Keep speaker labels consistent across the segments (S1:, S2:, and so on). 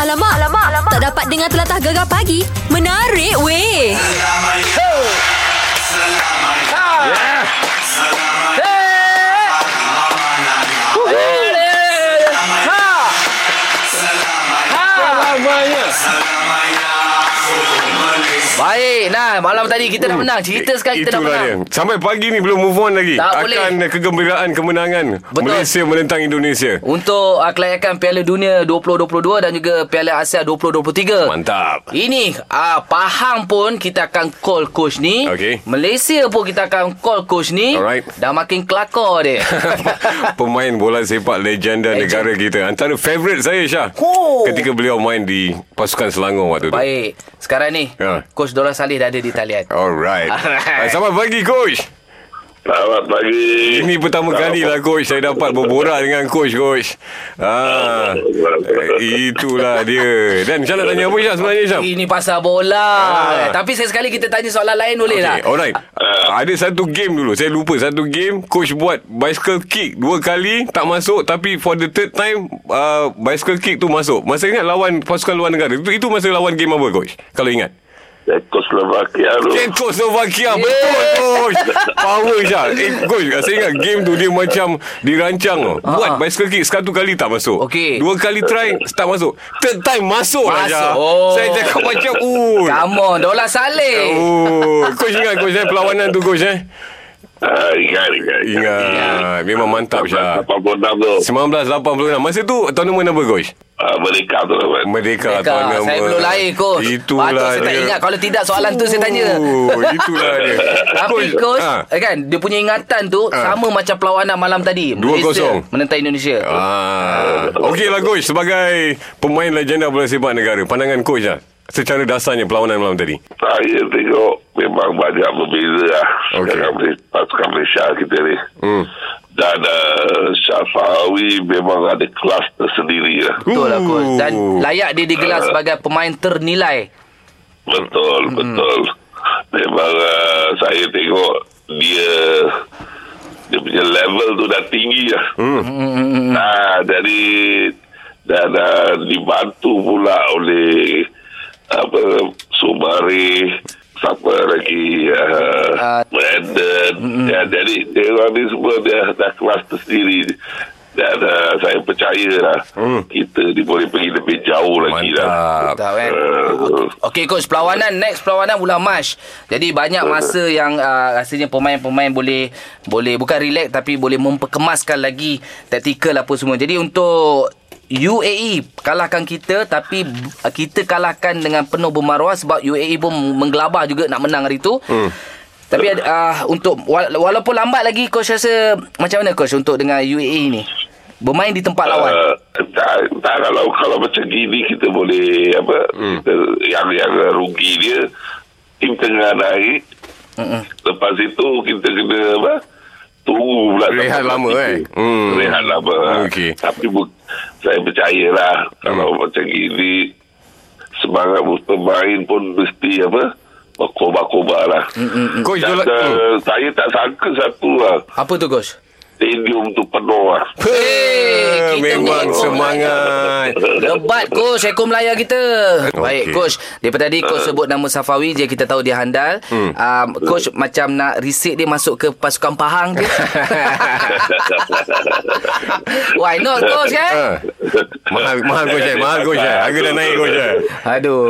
S1: Alamak, alamak, alamak. Tak dapat dengar telatah gegar pagi. Menarik weh.
S2: Ah. Baik nah Malam tadi kita dah menang Cerita sekali kita dah
S3: Itulah
S2: menang
S3: dia. Sampai pagi ni belum move on lagi.
S2: Tak
S3: Akan
S2: boleh.
S3: kegembiraan kemenangan
S2: Betul.
S3: Malaysia menentang Indonesia.
S2: Untuk uh, kelayakan Piala Dunia 2022 Dan juga Piala Asia 2023
S3: Mantap.
S2: Ini uh, Pahang pun kita akan call coach ni
S3: Okey.
S2: Malaysia pun kita akan call coach ni
S3: Alright.
S2: Dah makin kelakar dia
S3: Pemain bola sepak legenda
S2: Legend.
S3: negara kita. Antara favourite saya Syah.
S2: Oh.
S3: Ketika beliau main di pasukan Selangor waktu tu.
S2: Baik Sekarang ni
S3: Ya.
S2: Coach Dora Salih dah ada di talian
S3: Alright.
S2: Alright.
S3: Alright. Selamat pagi coach.
S4: Selamat pagi.
S3: Ini pertama kali lah coach saya dapat berborak dengan coach coach. Ah, eh, itulah dia. Dan Syah nak tanya apa Syah sebenarnya Syah?
S2: Ini pasal bola
S3: Oh. Ah. Oh,
S2: Tapi sekali-sekali kita tanya soalan lain boleh
S3: Okay,
S2: tak? Ah.
S3: alright. Ada satu game dulu. Saya lupa satu game coach buat bicycle kick dua kali tak masuk tapi for the third time uh, bicycle kick tu masuk. Masa ingat lawan pasukan luar negara. Itu, itu masa lawan game apa coach? Kalau ingat.
S4: Czechoslovakia tu.
S3: Czechoslovakia betul coach. Power Syah. Eh, coach, saya ingat game tu dia macam dirancang tau. Buat
S2: Ah.
S3: bicycle kick satu kali tak masuk.
S2: Okey.
S3: Dua kali try tak masuk. Third time masuk, lah
S2: Masuk.
S3: Syah.
S2: Oh.
S3: Saya cakap macam ui.
S2: Come on Dora Salih
S3: Oh, coach ingat coach eh perlawanan tu coach eh.
S4: Ah, ingat, ingat.
S3: Ingat. Memang mantap Syah.
S4: 86 tu.
S3: 1986 Masa tu tournament apa coach?
S4: Ah, Merdeka tu. Ahmad.
S2: Kak,
S3: Merdeka, tournament
S2: saya belum lahir coach
S3: Itulah
S2: Patut saya tak
S3: dia.
S2: ingat Kalau tidak soalan tu saya tanya
S3: Oh, Itulah dia
S2: Tapi coach
S3: ah,
S2: eh kan dia punya ingatan tu sama macam perlawanan malam tadi.
S3: 2-0.
S2: Malaysia menentang Indonesia.
S3: Ah. Okey lah coach sebagai pemain legenda bola sepak negara. Pandangan coach lah. Secara dasarnya perlawanan malam tadi.
S4: Saya tengok memang banyak berbeza lah.
S3: Okey.
S4: Sekarang Malaysia, pasukan Malaysia kita ni. Hmm. Dan uh, Syafawi memang ada kelas tersendiri lah.
S2: Betul lah coach. Dan
S3: Ooh. Ah.
S2: layak dia digelar sebagai pemain ternilai.
S4: Betul, betul. Memang uh, saya tengok dia dia punya level tu dah tinggi lah. Hmm. Nah, jadi dan uh, dibantu pula oleh apa Sumari siapa lagi uh,
S2: Ah.
S4: Brandon ya, jadi dia orang ni semua dia dah kelas tersendiri dan uh, saya percaya lah kita ni boleh pergi lebih jauh lagi lah
S3: Mantap.
S2: Tak kan?
S4: Uh,
S2: Okey coach perlawanan next perlawanan bulan Mac. Jadi banyak masa yang uh, rasanya pemain-pemain boleh boleh bukan relax tapi boleh memperkemaskan lagi taktikal apa semua. Jadi untuk UAE kalahkan kita tapi uh, kita kalahkan dengan penuh bermaruah sebab UAE pun menggelabah juga nak menang hari tu. Hmm. Tapi ada, uh, untuk wala- walaupun lambat lagi coach rasa macam mana coach untuk dengan UAE ni? Bermain di tempat lawan.
S4: Uh, tak, tak kalau kalau macam gini kita boleh apa
S3: Hmm.
S4: kita, yang yang rugi dia tim tengah naik
S2: Mm-mm.
S4: lepas itu kita kena apa tunggu pula
S3: Rehat
S4: sampai
S3: lama,
S4: tiga.
S3: eh? Hmm.
S4: rehat lama
S3: Okey. Hmm.
S4: tapi bu- saya percayalah kalau macam gini semangat pemain pun mesti apa berkobar-kobar lah
S3: Coach
S4: Dan,
S3: Dolak. Hmm.
S4: uh, saya tak sangka satu lah
S2: Apa tu coach?
S4: stadium tu penuh lah
S2: Hey, kita
S4: Oh.
S2: Eh.
S3: Memang
S2: ni-
S3: semangat.
S2: Lebat coach Ekor Melayu kita Baik coach Daripada tadi
S3: Ah.
S2: coach sebut nama Safawi je Kita tahu dia handal hmm. um, Coach macam nak risik dia Masuk ke pasukan Pahang je Why not coach
S3: Ah.
S2: kan
S3: Mahal, mahal coach eh. Mahal coach eh. Harga dah naik coach eh.
S2: Aduh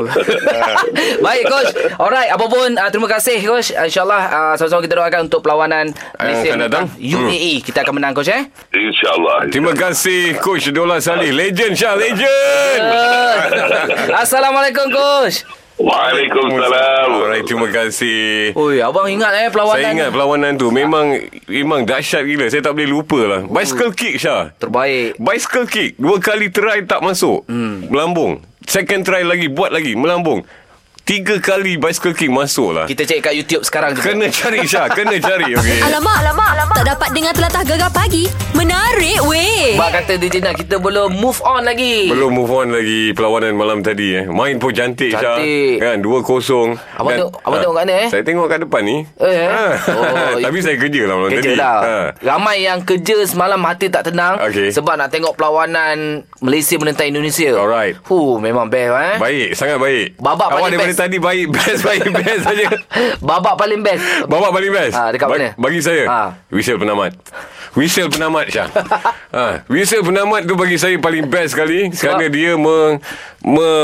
S2: Baik coach Alright Apapun uh, Terima kasih coach InsyaAllah uh, Sama-sama kita doakan Untuk perlawanan Malaysia
S3: Eh, akan datang. Hmm.
S2: menentang UAE Kita akan menang coach eh
S4: InsyaAllah
S3: Terima kasih coach Dola Salih. Legend Syah, legend.
S2: Assalamualaikum coach
S4: Waalaikumsalam.
S3: Alright, terima kasih.
S2: Oi, abang ingat eh perlawanan
S3: Saya ingat perlawanan tu memang memang dahsyat gila. Saya tak boleh lupa lah. Bicycle kick Syah.
S2: Terbaik
S3: Bicycle kick Dua kali try tak masuk hmm. Melambung Second try lagi Buat lagi Melambung Tiga kali bicycle kick masuk lah.
S2: Kita cek kat YouTube sekarang juga.
S3: Kena cari Syah. Kena cari. Okay.
S1: Alamak, alamak, alamak. Tak dapat dengar telatah gegar pagi. Menarik weh.
S2: Bak kata DJ Nat kita belum move on lagi.
S3: Belum move on lagi perlawanan malam tadi eh. Main pun cantik Syah.
S2: Cantik.
S3: Kan 2-0.
S2: Abang
S3: Dan- Ha.
S2: tengok- abang tengok kat mana, eh?
S3: Saya tengok kat depan ni.
S2: Eh, eh?
S3: Oh,
S2: Oh,
S3: Tapi saya kerja lah malam
S2: Kerja
S3: tadi.
S2: lah
S3: Ha.
S2: Ramai yang kerja semalam hati tak tenang
S3: Okey.
S2: Sebab nak tengok perlawanan Malaysia menentang Indonesia
S3: Alright.
S2: Huh, memang best eh
S3: Baik, sangat baik.
S2: Babak
S3: Awak
S2: paling
S3: daripada
S2: best.
S3: tadi baik, best, baik, best saja.
S2: Babak paling best
S3: Babak paling best.
S2: Ah, dekat mana?
S3: Bagi saya.
S2: Ah.
S3: Whistle penamat. Whistle penamat Syah. ha, whistle penamat tu bagi saya paling best sekali
S2: Sebab-
S3: kerana dia meng,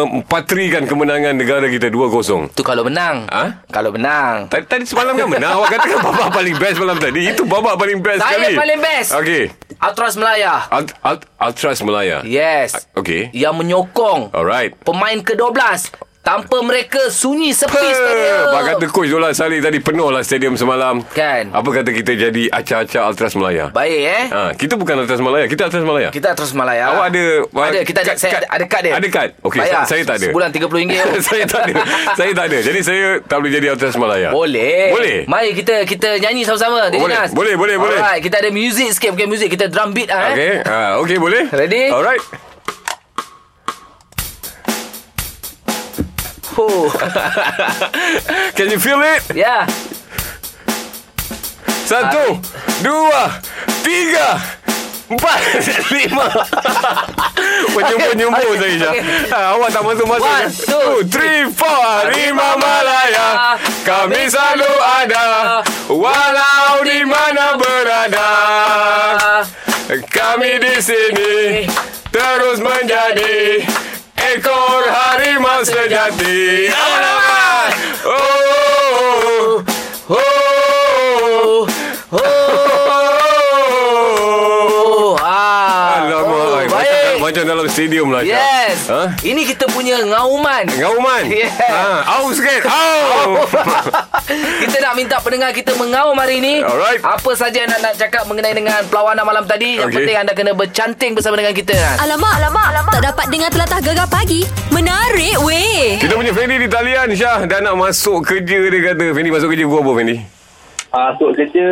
S3: mempatrikan kemenangan negara kita 2-0.
S2: Tu kalau menang
S3: Ha?
S2: Kalau menang
S3: Tadi, tadi semalam kan benar Awak katakan babak paling best malam tadi Itu babak paling best
S2: Saya
S3: sekali
S2: paling best.
S3: Okay
S2: Atras Melaya
S3: Alt, alt, Altras Melaya
S2: Yes
S3: Okay
S2: Yang menyokong
S3: Alright
S2: Pemain ke-12 Tanpa mereka sunyi sepi
S3: Eh,
S2: stadium
S3: Pak kata Coach Dolan Saleh tadi penuh lah stadium semalam
S2: Kan.
S3: Apa kata kita jadi acah-acah Altras Melaya
S2: Baik eh
S3: ha, Kita bukan Altras Melaya Kita Altras Melaya
S2: Kita Atras Melaya
S3: Awak ada
S2: Ada kita ada, saya ada, ada kad dia
S3: Ada kad Okay
S2: Bayar.
S3: saya, saya tak ada
S2: Sebulan RM30
S3: Saya tak ada Saya tak ada Jadi saya tak boleh jadi Altras Melaya
S2: Boleh.
S3: Boleh
S2: Mari kita kita nyanyi sama-sama. Dina
S3: Boleh,
S2: Nas.
S3: boleh, boleh, boleh.
S2: Alright, kita ada music sikit bukan music, kita drum beat ah. Eh.
S3: Okay, ah, okay boleh?
S2: Ready?
S3: Alright.
S2: Oh.
S3: Can you feel it?
S2: yeah.
S3: Satu, dua, tiga, empat, lima. Penyumbu-nyumbu
S2: Okey,
S3: saya je.
S2: okey.
S3: Ah, awak tak masuk-masuk.
S2: One,
S3: je.
S2: two,
S3: three, four. Lima Malaya. Kami selalu ada. Walau di mana berada.
S2: Ha,
S3: Kami di sini terus menjadi ekor harimau sejati. oh, Alamak. oh, oh.
S2: Oh,
S3: Oh.
S2: ah.
S3: Alamak.
S2: Oh,
S3: Macam,
S2: baik.
S3: macam dalam stadium lah. Syah.
S2: Yes.
S3: Ha?
S2: Ini kita punya ngauman.
S3: Ngauman.
S2: Yeah.
S3: Ha, au sikit. Au.
S2: kita nak minta pendengar kita mengaum hari ini.
S3: Alright.
S2: Apa saja yang nak, nak cakap mengenai dengan perlawanan malam tadi. Yang
S3: Okey.
S2: penting anda kena bercanting bersama dengan kita. kan?
S1: Alamak, alamak, alamak. Tak dapat dengar telatah gegar pagi. Menarik weh.
S3: Kita punya Fendi di talian Syah dah nak masuk kerja dia kata. Fendi masuk kerja gua apa Fendi?
S5: Ah, Masuk kerja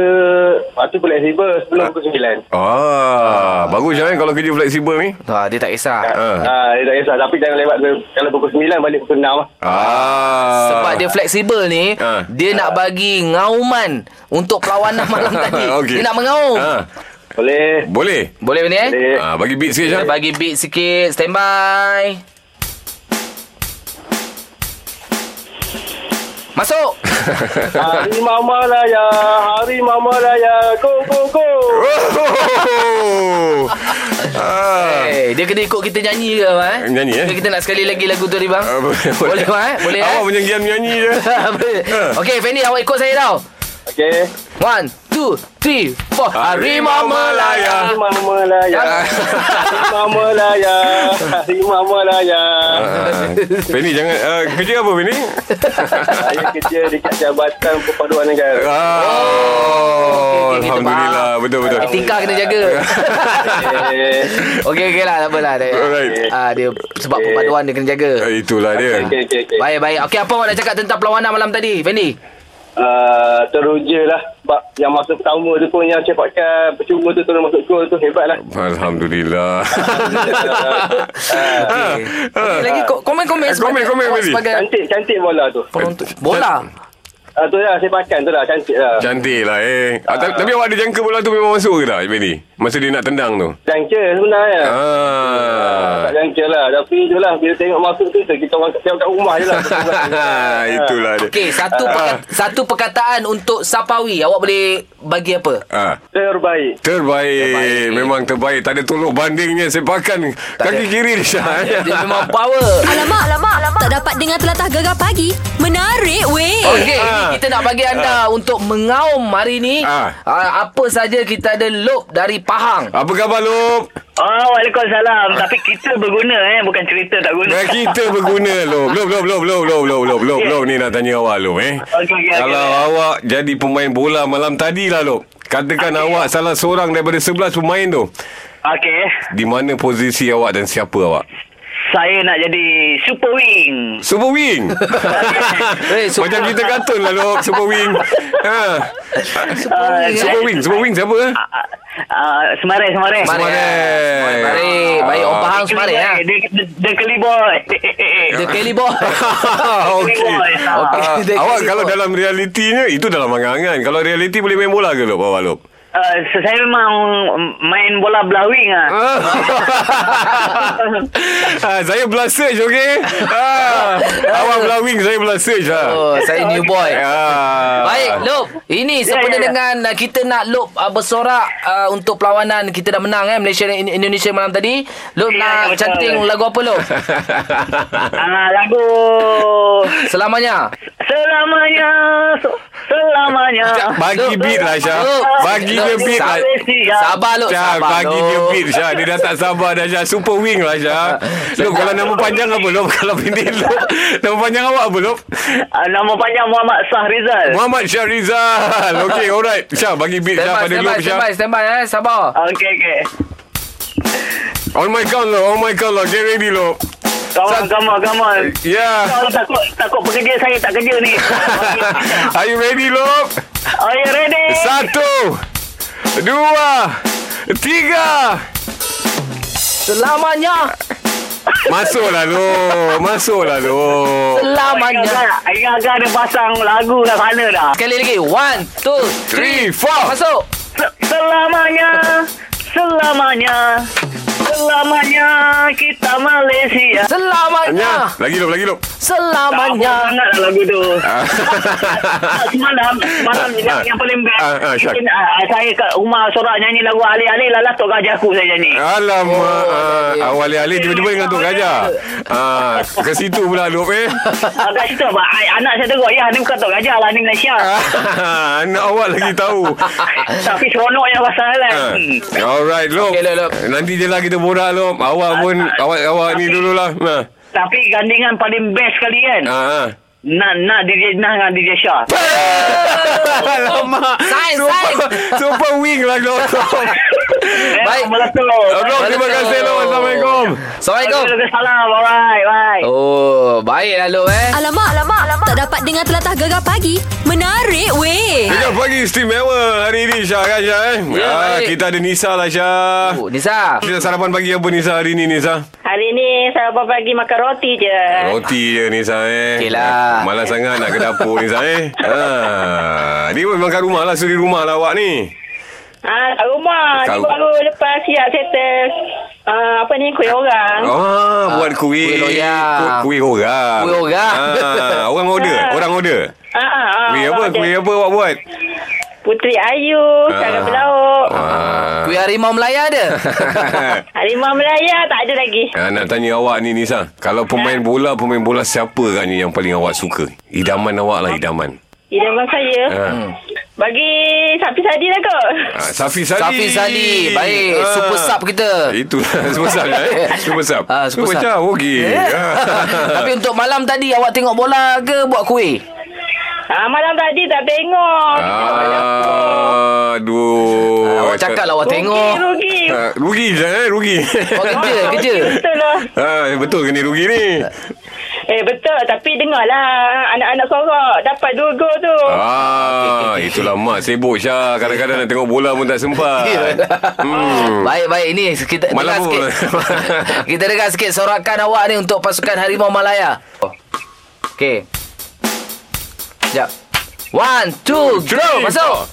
S5: Waktu fleksibel Sebelum pukul 9
S3: Ah, bagus Syah eh, kalau kerja fleksibel ni.
S2: Ha, dia tak kisah.
S3: Ah.
S5: Ah, dia tak kisah Tapi jangan lewat ke- Kalau pukul 9 Balik pukul 6 lah
S3: Ah.
S2: Sebab dia fleksibel ni
S3: Ha.
S2: Dia nak bagi ngauman Untuk perlawanan malam tadi
S3: Okey.
S2: Dia nak mengaum
S3: Ah,
S5: Boleh
S3: boleh.
S2: Boleh ni eh
S5: Boleh
S3: Ah, bagi beat sikit
S2: Kita
S3: Syah.
S2: bagi beat sikit Stand by Masuk
S3: Ah.
S5: Hari Mama Raya Hari Mama Raya Go go go
S3: Oh. ah.
S2: hey, Eh, Dia kena ikut kita nyanyi ke bang, eh?
S3: Nyanyi, eh?
S2: Okey, Kita nak sekali lagi lagu tu ni bang
S3: Ah, boleh,
S2: Boleh bang eh? Boleh
S3: Awak
S2: eh
S3: macam giam nyanyi je.
S2: Boleh.
S3: Ah.
S2: Okey Fendi awak ikut saya tau
S5: Okay
S2: One, two, three, four
S3: Harimau Melaya.
S5: Hari Mama Raya
S3: Ah.
S5: Hari Mama Raya Hari Mama Raya
S3: Ah, Fendi jangan ah, kerja apa Fendi?
S5: Saya kerja dekat Jabatan Perpaduan Negara
S3: Ah.
S2: okey, kita
S3: Alhamdulillah
S2: faham.
S3: betul betul.
S2: Etika kena jaga
S5: Okay
S2: Okey okey lah tak apalah dia,
S3: Alright.
S2: ah, dia sebab
S5: Okey.
S2: perpaduan dia kena jaga
S3: Ah, Itulah dia.
S5: Okay okay, okay.
S2: Baik baik Okey apa awak nak cakap tentang perlawanan malam tadi Fendi
S3: Eh,
S5: Uh, teruja lah sebab yang masa pertama tu pun yang cepatkan percuma tu terus masuk gol tu hebat lah
S3: Alhamdulillah.
S5: Ah,
S2: okay. Okey, Lagi ko- komen-komen
S3: Eh, komen, komen,
S2: awak
S3: Fendi. Eh,
S2: sebagai
S5: cantik cantik bola tu
S2: penonton Bola
S5: uh, tu lah sepakan tu lah cantik lah
S3: Cantik lah eh. Ah, ta- tapi awak ada jangka bola tu memang masuk ke tak, Benny? Masa dia nak tendang tu.
S5: jangka sebenarnya
S2: Eh.
S3: Ah.
S5: tak jangka lah tapi tu lah bila tengok masuk tu tu kita orang tengok kat rumah je lah
S3: Ah, Itulah dia.
S2: Okey satu perka-
S3: Ah.
S2: satu perkataan untuk Sapawi awak boleh bagi apa
S3: Ah.
S5: terbaik
S3: Terbaik.
S2: Terbaik.
S3: Memang terbaik Tak ada tolok bandingnya Sepakan Kaki kiri dia Syah
S2: Dia memang power
S1: Alamak, alamak, alamak. Tak dapat dengar telatah gegar pagi. Menarik weh.
S2: Okey,
S3: Ah.
S2: ini kita nak bagi anda untuk mengaum hari ni.
S3: Ah.
S2: Ah, apa saja kita ada lop dari Pahang.
S3: Apa khabar Lop?
S6: Ah, Waalaikumsalam. Tapi kita berguna eh, bukan cerita tak guna.
S3: Nah, kita berguna Lop Lop Lop Lop Lop Lop Lop Lop Lop Lop Ni nak tanya awak Lop eh
S6: Okey, okey,
S3: Kalau
S6: okey.
S3: awak jadi pemain bola malam tadi lah Lop Katakan awak salah seorang daripada 11 pemain tu
S6: Okey.
S3: Di mana posisi awak dan siapa awak?
S6: Saya nak jadi super wing.
S3: Super Wing
S2: Eh, super-
S3: Macam cerita kartun lah Lok Super Wing ha.
S6: Ah,
S3: Super Wing Super Wing siapa eh?
S6: ah, ah, Semarai,
S3: Semarai.
S6: semarai.
S2: Semarai. Baik, baik.
S3: Ah.
S2: Orang faham semarai. Ya.
S6: Dia, dia, dia Eh, keliboy.
S2: The Kelly Boy.
S3: Ha, Okey
S2: Okey,
S3: Ah,
S2: dia
S3: Awak
S2: keliboy.
S3: kalau dalam realitinya Itu dalam angan-angan Kalau realiti boleh main bola ke Lok Awak Lok
S6: Uh, saya memang main bola belah wing lah.
S3: ah, saya belah search okey. Ah, awak belah wing saya belah search lah.
S2: Oh, saya new boy.
S3: Ah.
S2: Baik, Lop. Ini
S6: Ya,
S2: sempena
S6: ya, ya.
S2: dengan uh, kita nak Lop uh, bersorak uh, untuk perlawanan kita dah menang eh Malaysia dan In- Indonesia malam tadi. Lop
S6: Ya,
S2: nak
S6: ya, betul.
S2: canting lagu apa Lop?
S6: Ah, lagu
S2: Selamanya.
S6: Selamanya Se- Selamanya
S3: Jap, bagi
S2: Lop,
S3: beat lah Syah.
S2: Lop,
S3: Bagi
S2: Lop,
S3: dia beat lah.
S2: sab- Sabar Lop,
S3: Syah,
S2: sabar.
S3: bagi
S2: Lop.
S3: dia beat Syah. Dia dah tak sabar dah Syah. Super wing lah Syah. Lop, kalau nama panjang apa Lop? Kalau pendek Lop. Nama panjang awak apa Lop?
S6: Ah, Nama panjang Muhammad Sahrizal
S3: Muhammad Syah Rizal. Okey, alright. Syah, bagi beat
S2: Stand
S3: Syah
S2: by,
S3: pada
S2: stand by,
S3: Lop
S2: stand
S3: Syah.
S2: by, stand by eh. Sabar.
S6: Okey okey
S3: On my count Lop. On my count Lop. Get ready Lop.
S6: Kawan kawan kawan
S3: Yeah.
S6: Kalau takut takut pekerja saya tak kerja ni Okey.
S3: Are you ready Lop?
S6: Are you ready?
S3: Satu Dua Tiga
S2: Selamanya.
S3: Masuklah lo Masuklah lo
S2: Selamanya.
S6: Agak-agak agak dia pasang lagu kat sana dah
S2: Sekali lagi. One, two, three.
S3: Three, four
S2: Masuk.
S6: Se- Selamanya Selamanya Selamanya kita Malaysia
S2: Selamanya.
S3: Nya. Ya. Lagi lo, lagi lo
S6: Banyak
S2: Selamanya.
S6: sangat lah lagu tu
S3: Ah.
S6: Semalam Semalam yang, yang paling best
S3: Ah, ah, Syak.
S6: Mungkin, ah, Saya kat rumah sorak nyanyi lagu Alih-alih Lalas Tok Gajah Aku saya nyanyi
S3: Ah. Alamak
S2: Oh,
S3: ah, Awal-alih tiba-tiba dengan Tok Gajah ah, Ke situ pula lo eh
S6: Ah, Kat situ abang, ai- Anak saya teruk Ya ni bukan Tok Gajah lah Ni Malaysia
S3: Ah, Anak awak lagi tahu
S6: Tapi seronoknya pasal
S2: Eh.
S6: kan
S3: Ah.
S6: Hmm.
S3: Alright Lop
S2: Okay, Lop, Lop.
S3: Nanti je lah kita borak Lop Awak pun Awak-awak ni dululah Nah.
S6: Tapi gandingan paling best sekali kan
S2: Eh.
S3: Ah, ah.
S6: Nak nak DJ Nah dengan DJ Syah
S3: Alamak
S2: Sains,
S3: Super,
S2: sains.
S3: super wing lah Lop
S6: Eh,
S2: Baik.
S6: Meletup
S3: Lop terima kasih Lop Assalamualaikum
S2: Assalamualaikum.
S6: Salam Alright Bye
S2: Oh, baiklah Lop eh.
S1: Alamak, alamak, alamak. Tak dapat dengar telatah gegar pagi. Menarik weh.
S3: Tiga pagi istimewa hari ini Syah kan Syah eh?
S2: Ya,
S3: ah,
S2: baik.
S3: kita ada Nisa lah Syah.
S2: Oh, Nisa.
S3: Kita sarapan pagi apa Nisa hari ni Nisa?
S7: Hari ni saya pagi makan roti je.
S6: Eh.
S3: Roti je Nisa eh.
S2: Eh. Okey lah.
S3: Malas sangat nak ke dapur Nisa eh. Ha. Ni pun memang kat rumah lah suri rumah lah awak ni.
S7: Ah, kat rumah. Ni
S3: Kau-
S7: baru lepas siap settle. Ah, apa ni, kuih orang.
S3: Ah, buat kuih.
S2: kuih loyang.
S3: Ku- Kuih orang.
S2: Kuih orang.
S3: Ah, orang order, orang order.
S7: Ah, ah, ah,
S3: Kuih apa?
S7: orang
S3: Kuih
S7: ada.
S3: apa awak buat?
S7: Puteri Ayu,
S3: Ah.
S7: Sarang Belauk.
S3: Wah.
S2: Kuih harimau Melaya ada.
S7: Harimau Melaya tak ada lagi.
S3: Ha, nak tanya awak ni Nisa Kalau pemain bola Pemain bola siapa kan ni Yang paling awak suka Idaman awak lah Idaman
S7: Idaman saya.
S3: ha.
S7: Bagi sapi sadi lah kot.
S3: Ah, Safi Sali
S2: Safi Sali. Baik,
S3: Ah.
S2: super sub kita.
S3: Itulah Super sub lah eh Super sub
S2: Ah, super sub. Eh?
S3: sub Okey
S2: Tapi untuk malam tadi awak tengok bola ke buat kuih?
S7: Ah, malam tadi tak tengok.
S3: Ah, Aduh
S2: Awak cakap lah awak tengok.
S7: Rugi, rugi.
S3: Ah, Rugi je eh Rugi
S2: Awak kerja, kerja.
S7: Betul lah.
S3: Ah, betul ke ni rugi ni
S7: Eh, betul. Tapi dengarlah anak-anak sorak. Dapat dua gol tu.
S3: Ah, itulah mak sibuk Syah Kadang-kadang nak tengok bola pun tak sempat hmm.
S2: Baik baik ini kita
S3: Malam
S2: dengar
S3: pun.
S2: sikit. kita dengar sikit sorakan awak ni untuk pasukan Harimau Malaya. Okey. Sekejap. One, two, go. Masuk.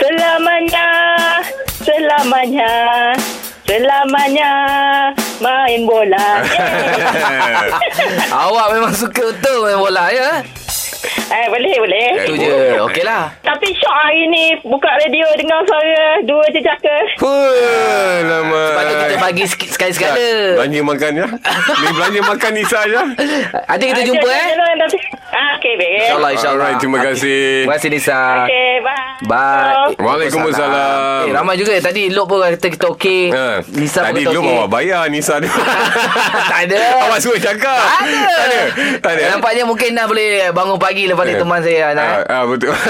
S7: Selamanya, selamanya, selamanya main bola.
S2: Awak memang suka betul main bola ya.
S7: eh, boleh, boleh.
S2: Itu je. Okeylah.
S7: Tapi syok hari ni buka radio dengar suara dua jejaka.
S3: Puh, lama.
S2: Patut kita bagi sikit- sekali-sekala.
S3: Belanja makan ya. Ni belanja makan Nisa je.
S2: Nanti kita jumpa eh.
S7: Ah, Jangan, jangan, tapi- Ah, okay, baik.
S2: InsyaAllah, insyaAllah.
S3: Alright, terima
S2: Okey.
S3: kasih.
S2: Terima kasih, Nisa.
S7: Okay, bye.
S2: Bye.
S3: Waalaikumsalam.
S2: Eh, ramai juga. Tadi Lok pun kata kita okey.
S3: Ha.
S2: Nisa
S3: Tadi
S2: pun kata
S3: lu
S2: okey.
S3: awak bayar Nisa ni.
S2: Tak ada.
S3: awak suruh cakap.
S2: Tak ada.
S3: Tak ada.
S2: Nampaknya mungkin dah boleh bangun pagi lepas ni
S3: Eh.
S2: teman saya. Nah.
S3: Ah, ah, betul.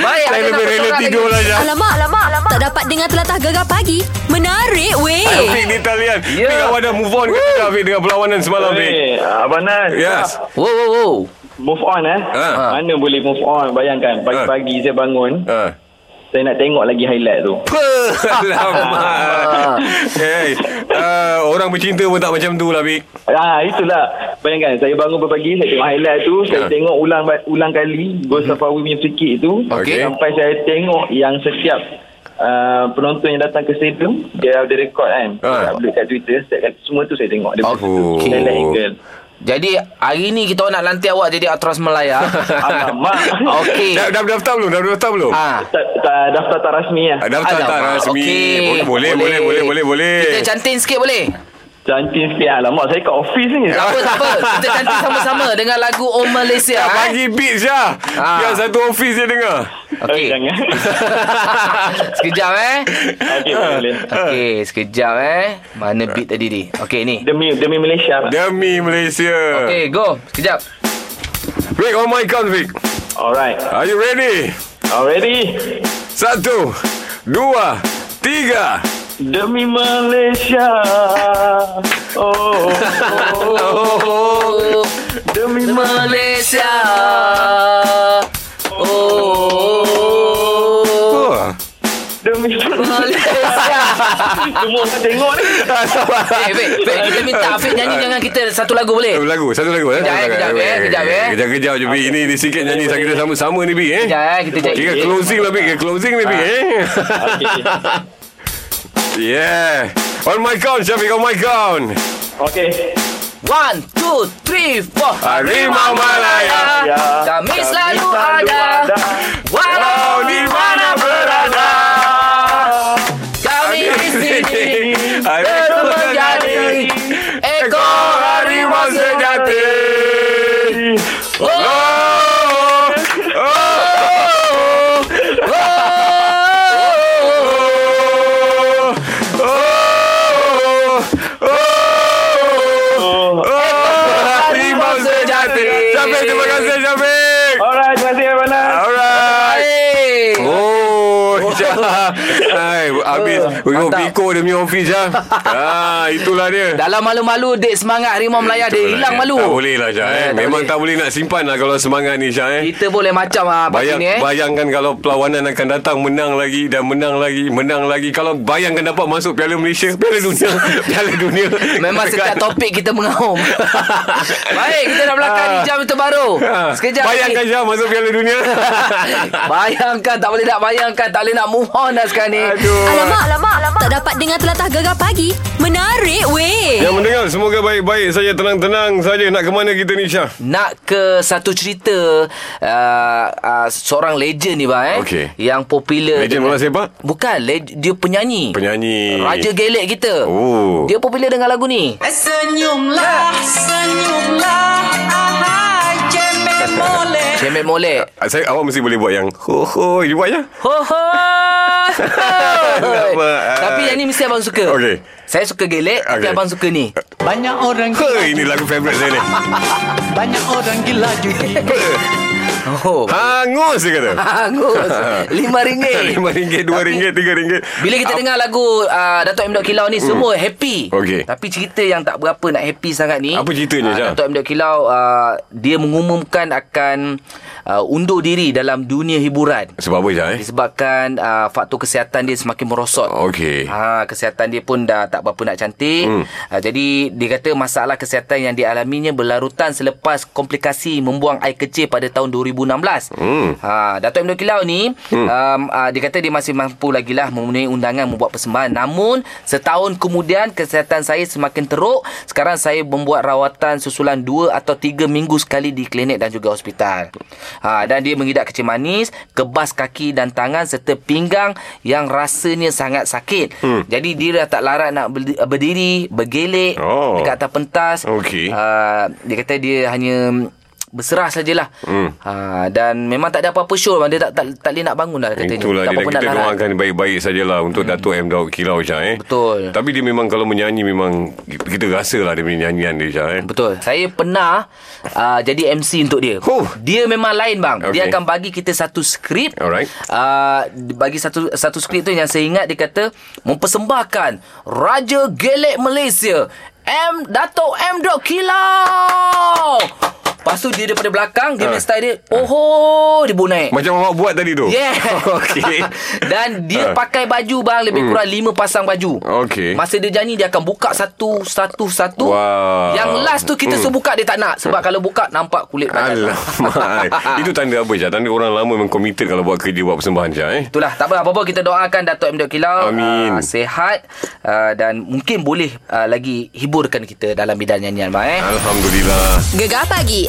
S2: Baik,
S3: Saya
S2: ada
S3: lebih
S2: satu
S3: rela
S2: orang
S3: tidur lah Jah.
S1: Alamak, alamak, alamak. Tak dapat dengar telatah gegar pagi. Menarik,
S3: Fik
S1: weh.
S3: di talian.
S2: Ya.
S3: Fik awak dah move on ke tidak Fik dengan perlawanan semalam Fik?
S8: Hey, Abang Nas
S3: Yes.
S2: Wow, wow, wow.
S8: Move on eh
S3: Ha.
S8: Mana boleh move on Bayangkan Pagi-pagi saya bangun
S3: Ah.
S8: Saya nak tengok lagi highlight tu
S3: Alamak. hey, uh, orang bercinta pun tak macam tu lah, Vic.
S8: Ah itulah Bayangkan Saya bangun pagi Saya tengok highlight tu Saya
S3: Ha. Hmm.
S8: tengok ulang ulang kali Ghost Safawi punya free kick tu
S3: Okey.
S8: Sampai saya tengok Yang setiap uh, Penonton yang datang ke stadium Dia ada rekod kan
S3: Ha.
S8: Saya upload kat Twitter setiap kali, Semua tu saya tengok Dia
S3: Oh.
S8: punya Highlight angle
S2: Jadi hari ni kita orang nak lantik awak jadi aktris Melaya.
S8: Alamak.
S2: Okey.
S3: Dah, dah daftar belum? Dah daftar belum?
S2: Ah.
S8: tak, tak, Daftar tak rasmi lah
S3: Ah, Daftar tak
S2: Alamak,
S3: rasmi.
S2: okey.
S3: Boleh, boleh, boleh, boleh, boleh, boleh.
S2: Kita cantin sikit boleh?
S8: Cantik sikit Alamak saya kat office ni
S2: Tak apa, tak apa. Kita cantin sama-sama dengan lagu Oh Malaysia.
S3: Dah
S2: eh.
S3: bagi beat Syah
S2: Ah.
S3: Yang satu office dia dengar
S2: Okey.
S8: Eh, Jangan
S2: sekejap eh.
S8: Ah, Okey boleh
S2: Okey, sekejap eh. Mana beat tadi ni? Okey ni.
S8: Demi demi Malaysia lah.
S3: Demi Malaysia
S2: Okey, go. Sekejap.
S3: Vic on my count Vic
S8: Alright
S3: Are you ready?
S8: Already
S3: Satu Dua Tiga
S8: Demi Malaysia Oh, oh, oh.
S2: Oh,
S8: Demi Malaysia
S2: Malaysia. Oh.
S3: oh.
S8: Demi
S2: Malaysia.
S8: Semua orang tengok ni
S2: Eh, Fik, Fik, kita minta Afiq nyanyi dengan kita satu lagu
S3: Satu
S2: boleh?
S3: lagu Satu lagu eh?
S2: Kejap, eh, kejap, eh, kejap, eh.
S3: Kejap-kejap je Vic Ini ni sikit nyanyi Kita sama-sama ni Vic eh
S2: Sekejap eh, kita cek.
S3: Kira closing lah Vic Kira closing ni Vic eh Yeah On my count Syafiq on my count
S8: Okay
S2: One, two, three, four.
S3: Harimau Malaya
S2: ya. Kami selalu ada.
S3: Kau
S2: Walau
S3: di mana berada
S2: Kami di sini.
S3: Aku
S2: Terus menjadi ekor harimau sejati.
S3: Oh, oh, oh, oh, oh, oh, harimau sejati. Syafiq, terima kasih, Syafiq.
S8: Alright terima kasih Abang Nas
S3: Alright.
S2: Hey.
S3: Oh, Jah. Hai, habis. Oh,
S2: mantap.
S3: Piko dia punya office Jah. Ah, itulah dia.
S2: Dalam malu-malu Dek semangat harimau Melaya Dia hilang
S3: Itulah dia.
S2: malu
S3: Eh, Tak boleh lah Jah. Eh.
S2: Eh, tak
S3: Memang
S2: boleh.
S3: tak boleh nak simpan lah kalau semangat ni Jah. Eh.
S2: Kita boleh macam ah pagi
S3: Bayang,
S2: ni eh.
S3: Bayangkan kalau perlawanan akan datang Menang lagi dan menang lagi Menang lagi Kalau bayangkan dapat masuk Piala Malaysia Piala Dunia Piala Dunia
S2: Memang
S3: kan.
S2: setiap topik kita mengaum Baik kita dah belakang ni
S3: Ah.
S2: jam itu baru
S3: Ha.
S2: Sekejap
S3: Bayangkan
S2: lagi.
S3: Jah masuk Piala Dunia
S2: Bayangkan tak boleh nak bayangkan Tak boleh nak move on dah sekarang ni
S3: Aduh
S1: Alamak, alamak, alamak. Tak dapat dengar telatah gegar pagi. Menarik, weh.
S3: Yang mendengar semoga baik-baik saja Tenang-tenang saja Nak ke mana kita ni Syah
S2: nak ke satu cerita uh, uh, seorang legend ni bang eh
S3: Okey.
S2: yang popular
S3: Legend bola sepak?
S2: bukan leg, dia penyanyi
S3: Penyanyi
S2: raja gelek kita
S3: Oh.
S2: dia popular dengan lagu ni
S9: Eh, Senyumlah, senyumlah, ahai cemek molek.
S2: Cemek Molek
S3: Ah, saya awak mesti boleh buat yang ho ho you buat ya? je.
S2: Ho ho
S3: Kenapa? eh?
S2: Tapi yang ni mesti abang suka
S3: Okey.
S2: Saya suka gelek Tapi
S3: Okey. Eh.
S2: abang suka ni
S9: Banyak orang
S3: Ha
S9: gila,
S3: ini lagu favorite saya ni.
S9: banyak orang gila judi.
S2: Oh
S3: Hangus dia kata.
S2: Bagus Lima ringgit
S3: Lima ringgit, dua
S2: Tapi,
S3: ringgit, tiga ringgit.
S2: Bila kita
S3: Ap- Hmm.
S2: dengar lagu uh, Dato' M. Dok Kilau ni Semua happy
S3: Okey.
S2: Tapi cerita yang tak berapa Nak happy sangat ni
S3: Apa ceritanya,
S2: Ah,
S3: Syah?
S2: Dato' M. Dok Kilau uh, Dia mengumumkan akan uh, Undur diri dalam dunia hiburan
S3: Sebab apa je eh?
S2: Disebabkan uh, faktor kesihatan dia semakin merosot.
S3: Okey.
S2: Ha, kesihatan dia pun dah tak berapa nak cantik. Hmm. Ha, jadi dia kata masalah kesihatan yang dialaminya berlarutan selepas komplikasi membuang air kecil pada tahun 2016. Hmm. Ha, Dato' Ibn Kilau ni hmm. um, uh, dia kata dia masih mampu lagi lah memenuhi undangan membuat persembahan. Namun setahun kemudian kesihatan saya semakin teruk. Sekarang saya membuat rawatan susulan 2 atau 3 minggu sekali di klinik dan juga hospital. Ha, dan dia mengidap kecil manis, kebas kaki dan tangan serta pinggang yang rasanya sangat sakit. Hmm. Jadi dia dah tak larat nak berdi- berdiri, bergelek
S3: Oh.
S2: dekat atas pentas.
S3: Okey.
S2: Uh, dia kata dia hanya berserah sajalah. Hmm. Ha, dan memang tak ada apa-apa show bang. Dia tak tak, tak boleh nak bangun dah lah. katanya.
S3: Itulah
S2: tak
S3: dia
S2: apa-apa
S3: kita
S2: nak larat.
S3: doakan baik-baik sajalah untuk Datuk M Daud Kilau Syah eh.
S2: Betul.
S3: Tapi dia memang kalau menyanyi memang kita rasalah dia punya nyanyian dia Syah eh.
S2: Betul. Saya pernah uh, jadi MC untuk dia.
S3: Huh.
S2: Dia memang lain bang. Okay. Dia
S3: Okay.
S2: akan bagi kita satu skrip.
S3: Alright.
S2: Uh, bagi satu satu skrip tu yang saya ingat dia kata mempersembahkan Raja Gelek Malaysia M Dato M Dok Kilau. Lepas tu dia daripada belakang dia
S3: Ah.
S2: punya style dia oho dia bunai.
S3: Macam awak buat tadi tu.
S2: Yeah.
S3: Okey.
S2: Dan dia
S3: Ah.
S2: pakai baju bang lebih hmm. kurang lima pasang baju.
S3: Okey.
S2: Masa dia nyanyi dia akan buka satu satu satu.
S3: Wow.
S2: Yang last tu kita
S3: Hmm.
S2: suruh buka dia tak nak sebab kalau buka nampak kulit badan.
S3: Alamak Itu tanda apa Syah Tanda orang lama memang committed Kalau buat kerja Buat persembahan Syah eh
S2: Itulah tak apa apa-apa kita doakan Dato' M. Dok Kilau
S3: Amin.
S2: ah, sehat ah, dan mungkin boleh ah, lagi hiburkan kita dalam bidang nyanyian bang eh.
S3: Alhamdulillah
S1: Gegar pagi